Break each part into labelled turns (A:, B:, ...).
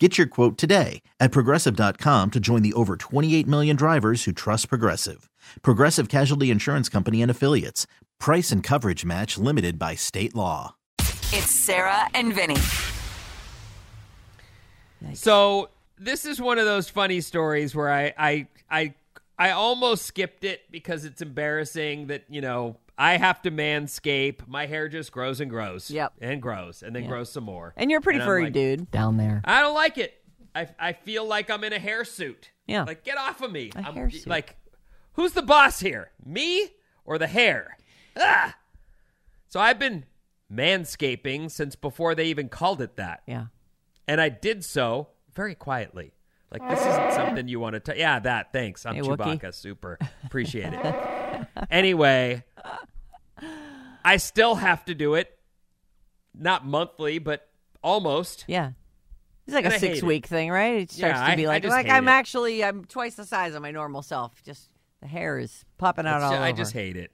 A: Get your quote today at progressive.com to join the over 28 million drivers who trust Progressive. Progressive Casualty Insurance Company and Affiliates. Price and coverage match limited by state law.
B: It's Sarah and Vinny.
C: So this is one of those funny stories where I I I I almost skipped it because it's embarrassing that you know I have to manscape. My hair just grows and grows.
D: Yep.
C: And grows and then grows some more.
D: And you're a pretty
C: And I'm
D: furry
C: like,
D: dude.
E: down there.
C: I don't like it. I I feel like I'm in a hairsuit.
D: Yeah.
C: Like get off of me. I'm
D: hairsuit.
C: like who's the boss here? Me or the hair? Ah. So I've been manscaping since before they even called it that.
D: Yeah.
C: And I did so very quietly. Like this isn't something you want to tell. Yeah, that. Thanks. I'm
D: Hey,
C: Chewbacca.
D: Wookie.
C: Super appreciate it. anyway, I still have to do it. Not monthly, but almost.
D: Yeah. It's like
C: And I
D: a
C: hate it.
D: six week thing, right? It
C: Yeah,
D: starts
C: I-
D: to be
C: I
D: like,
C: just
D: like
C: hate
D: I'm
C: it.
D: actually I'm twice the size of my normal self. Just the hair is popping out
C: It's
D: all
C: ju-
D: over.
C: I just hate it.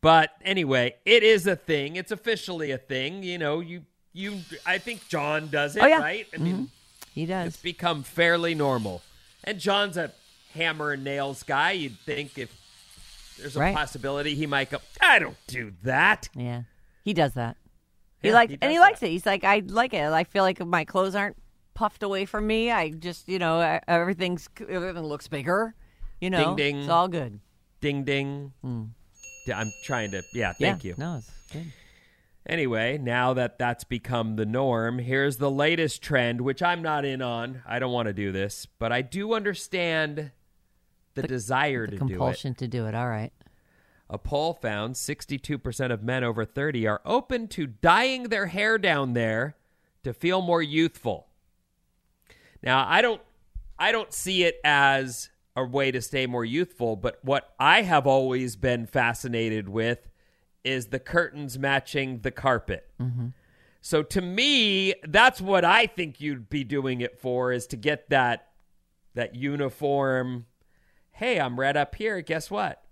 C: But anyway, it is a thing. It's officially a thing. You know, you you. I think John does it
D: Oh, yeah.
C: right. I mean,
D: He
C: it's
D: does.
C: become fairly normal. And John's a hammer and nails guy. You'd think if there's a
D: Right.
C: possibility he might go, I don't do that.
D: Yeah. He does that. He
C: Yeah,
D: likes
C: he
D: and he
C: does
D: likes it. He's like, I like it. I feel like my clothes aren't puffed away from me. I just, you know, I- everything's everything looks bigger. You know,
C: ding.
D: it's all good.
C: Ding ding. D- I'm trying to. Yeah, thank
D: Hmm. Yeah.
C: you.
D: No, it's good.
C: Anyway, now that that's become the norm, here's the latest trend, which I'm not in on. I don't want to do this, but I do understand the, desire
D: The
C: to do it.
D: compulsion to do it. All right.
C: A poll found 62% of men over 30 are open to dyeing their hair down there to feel more youthful. Now, I don't I don't see it as a way to stay more youthful, but what I have always been fascinated with is the curtains matching the carpet. So to me, that's what I think you'd be doing it for is to get that that uniform. Hey, I'm red up here. Guess what?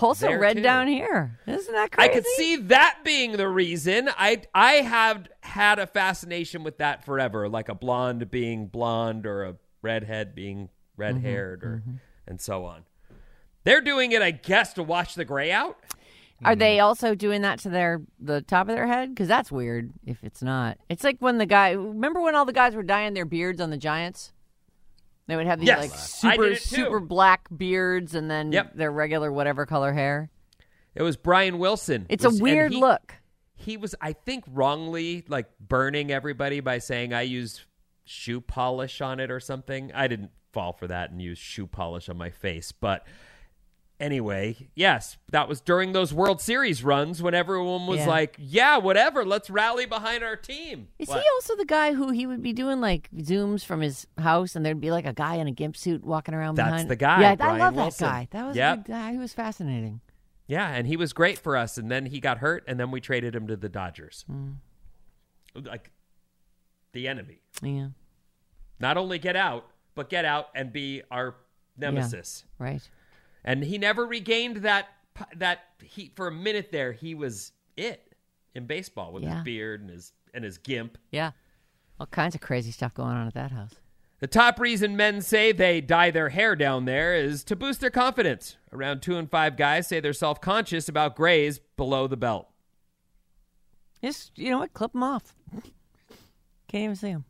D: Also
C: There,
D: red
C: too.
D: down here. Isn't that crazy?
C: I could see that being the reason. I I have had a fascination with that forever, like a blonde being blonde or a redhead being
D: Mm-hmm,
C: red haired or and so on. They're doing it, I guess, to watch the gray out.
D: Are
C: Mm-hmm.
D: they also doing that to their the top of their head? Because that's weird. If it's not, it's like when the guy. Remember when all the guys were dyeing their beards on the Giants? They would have these
C: Yes.
D: like
C: I did
D: super
C: it too.
D: super black beards and then
C: Yep.
D: their regular whatever color hair.
C: It was Brian Wilson.
D: It's
C: Was-
D: a
C: and
D: weird
C: he-
D: look.
C: He was, I think, wrongly like burning everybody by saying I use shoe polish on it or something. I didn't fall for that and use shoe polish on my face, but anyway, yes, that was during those World Series runs when everyone was
D: Yeah.
C: like, "Yeah, whatever, let's rally behind our team."
D: Is
C: What?
D: he also the guy who he would be doing like zooms from his house and there'd be like a guy in a gimp suit walking around
C: That's
D: behind?
C: the guy,
D: Yeah,
C: Brian
D: I love
C: Wilson.
D: that guy. That was
C: Yep.
D: a good guy. He was fascinating.
C: Yeah, and he was great for us, and then he got hurt, and then we traded him to the Dodgers,
D: Hmm.
C: like the enemy.
D: Yeah.
C: Not only get out, but get out and be our nemesis.
D: Right.
C: and he never regained that that heat for a minute there he was it in baseball with
D: Yeah.
C: his beard and his and his gimp
D: Yeah. All kinds of crazy stuff going on at that house.
C: the top reason men say they dye their hair down there is to boost their confidence around two in five guys say they're self-conscious about grays below the belt
D: Just you know what? Clip them off. Can't even see them.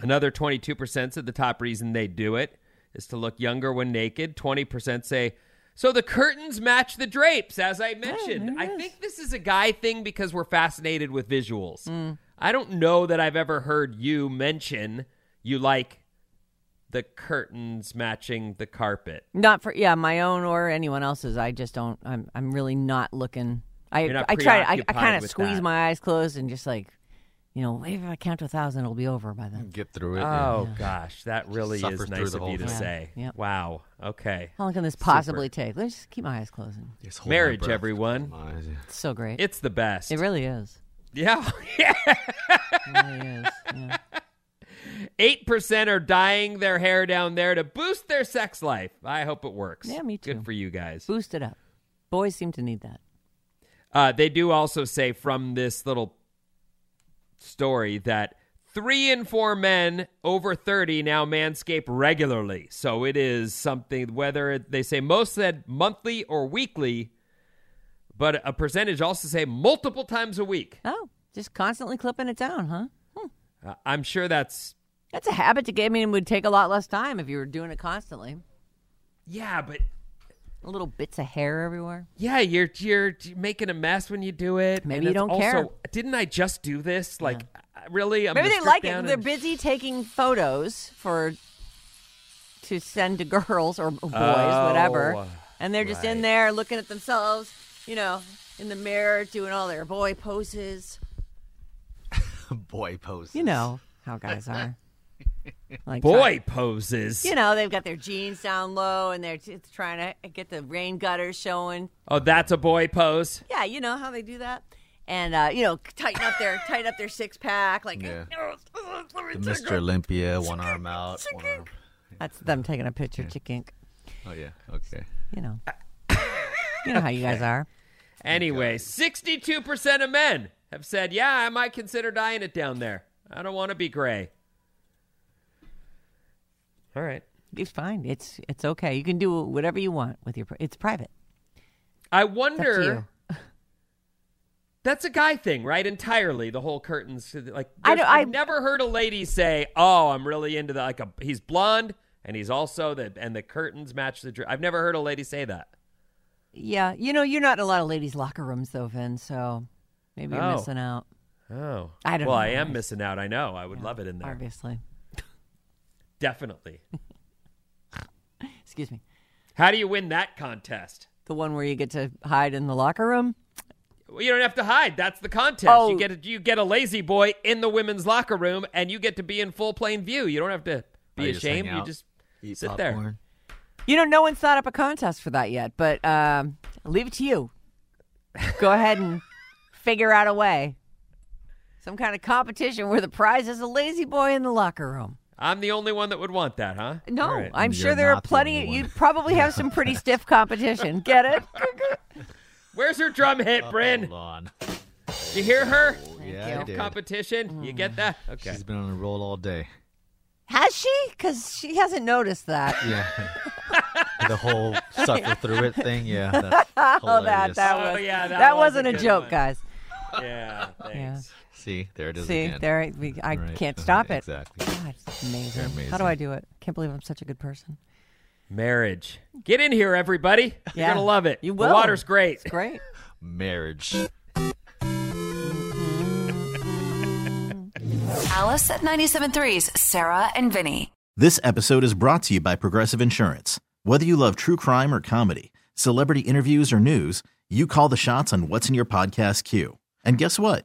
C: Another 22% said the top reason they do it is to look younger when naked. 20% say, so the curtains match the drapes, as
D: Oh,
C: I mentioned.
D: there
C: I
D: it is.
C: think this is a guy thing because we're fascinated with visuals.
D: Hmm.
C: I don't know that I've ever heard you mention you like the curtains matching the carpet.
D: Not for yeah, my own or anyone else's. I just don't. I'm I'm really not looking. I
C: You're not
D: I try. I, I
C: preoccupied
D: kind of
C: with
D: squeeze
C: that.
D: my eyes closed and just like, you know, if I count to a thousand, it'll be over by
C: Mm.
D: then.
E: Get through it. yeah.
C: Oh gosh, that really
E: suffer
C: is
E: through
C: nice
E: the
C: of
E: whole
C: you to
E: thing.
D: Yeah.
C: say.
D: Yep.
C: Wow. Okay.
D: How long can this possibly take? Let's just keep my eyes closing.
E: Just hold my
C: Marriage,
E: breath.
C: everyone.
E: My eyes, yeah.
D: It's so great.
C: It's the best.
D: it really is.
C: yeah.
D: It really is. Yeah.
C: Eight percent are dyeing their hair down there to boost their sex life. I hope it works.
D: Yeah, me too.
C: Good for you guys.
D: Boost it up. Boys seem to need that.
C: Uh, they do also say from this little story that three in four men over 30 now manscape regularly. So it is something, whether it- they say most said monthly or weekly, but a percentage also say multiple times a week.
D: Oh, just constantly clipping it down, huh?
C: Uh, I'm sure that's,
D: That's a habit to get. I mean, it would take a lot less time if you were doing it constantly.
C: yeah, but
D: Little bits of hair everywhere.
C: yeah, you're, you're making a mess when you do it.
D: Maybe
C: and
D: you
C: it's
D: don't
C: also,
D: care.
C: Didn't I just do this? Like, uh, really? I'm
D: Maybe
C: gonna
D: they
C: strip
D: like
C: down
D: it. They're
C: and-
D: busy taking photos for to send to girls or boys, whatever.
C: Oh,
D: And they're just in there looking at themselves, you know, in the mirror, doing all their boy poses.
E: Boy poses.
D: You know how guys are. Like try-
C: Boy poses.
D: you know, they've got their jeans down low and they're just trying to get the rain gutters showing.
C: Oh, that's a boy pose.
D: Yeah, you know how they do that. And uh, you know, tighten up their tighten up their six pack, like
E: Yeah. The
D: that's
E: Mr. Olympia, one arm out. One arm.
D: them taking a picture, chickink.
E: Oh yeah. Okay.
D: You know, you know how you guys are.
C: Anyway, 62% of men have said, yeah, I might consider dyeing it down there. I don't want to be gray. All right.
D: It's fine. It's it's okay. You can do whatever you want with your. pri- It's private.
C: I
D: It's up to
C: wonder.
D: you.
C: That's a guy thing, right? Entirely, the whole curtains. Like
D: I
C: there's-
D: don't- I-
C: I've never heard a lady say, "Oh, I'm really into that." Like a, he's blonde, and he's also the and the curtains match the. dr- I've never heard a lady say that.
D: Yeah, you know, you're not in a lot of ladies' locker rooms though, Vin. So maybe you're
C: Oh.
D: missing out.
C: Oh,
D: I don't
C: Well,
D: know.
C: I am missing out. I know. I would love it in there.
D: Obviously,
C: Definitely.
D: excuse me.
C: How do you win that contest?
D: The one where you get to hide in the locker room.
C: Well, you don't have to hide. That's the contest.
D: Oh.
C: You get a, you get a lazy boy in the women's locker room, and you get to be in full plain view. You don't have to
E: Oh,
C: be
E: you just hang
C: ashamed. you
E: out,
C: just
E: Eat
C: sit there.
E: popcorn.
D: You know, no one's thought up a contest for that yet, but um, I'll leave it to you. Go ahead and figure out a way. Some kind of competition where the prize is a lazy boy in the locker room.
C: I'm the only one that would want that, huh?
D: No,
C: All right.
D: I'm
E: You're
D: sure there are
E: not the
D: plenty.
E: only one.
D: You probably have some pretty stiff competition. Get it?
C: Where's her drum hit, Bryn?
E: Hold on.
C: Did you hear her?
E: yeah,
D: you.
E: I did.
C: Competition. You get that? Okay.
E: She's been on a roll all day.
D: Has she? Because she hasn't noticed that.
E: Yeah. the whole suffer through it thing. Yeah. That's
D: Oh, that
E: hilarious.
D: that
C: Oh,
D: was
C: yeah, that
D: that,
C: was
D: wasn't
C: a
D: a
C: good
D: joke,
C: one.
D: guys.
C: yeah. Thanks.
E: See, there it is
D: See,
E: again.
D: there we, I
E: Right.
D: can't stop it.
E: Exactly.
D: God, it's amazing. How do
E: amazing.
D: I do it? Can't believe I'm such a good person.
C: Marriage. Get in here, everybody. You're
D: Yeah.
C: gonna love it.
D: You
C: The
D: will.
C: water's great.
D: It's great.
E: Marriage.
B: Alice at 97.3's Sarah and Vinny.
A: This episode is brought to you by Progressive Insurance. Whether you love true crime or comedy, celebrity interviews or news, you call the shots on what's in your podcast queue. And guess what?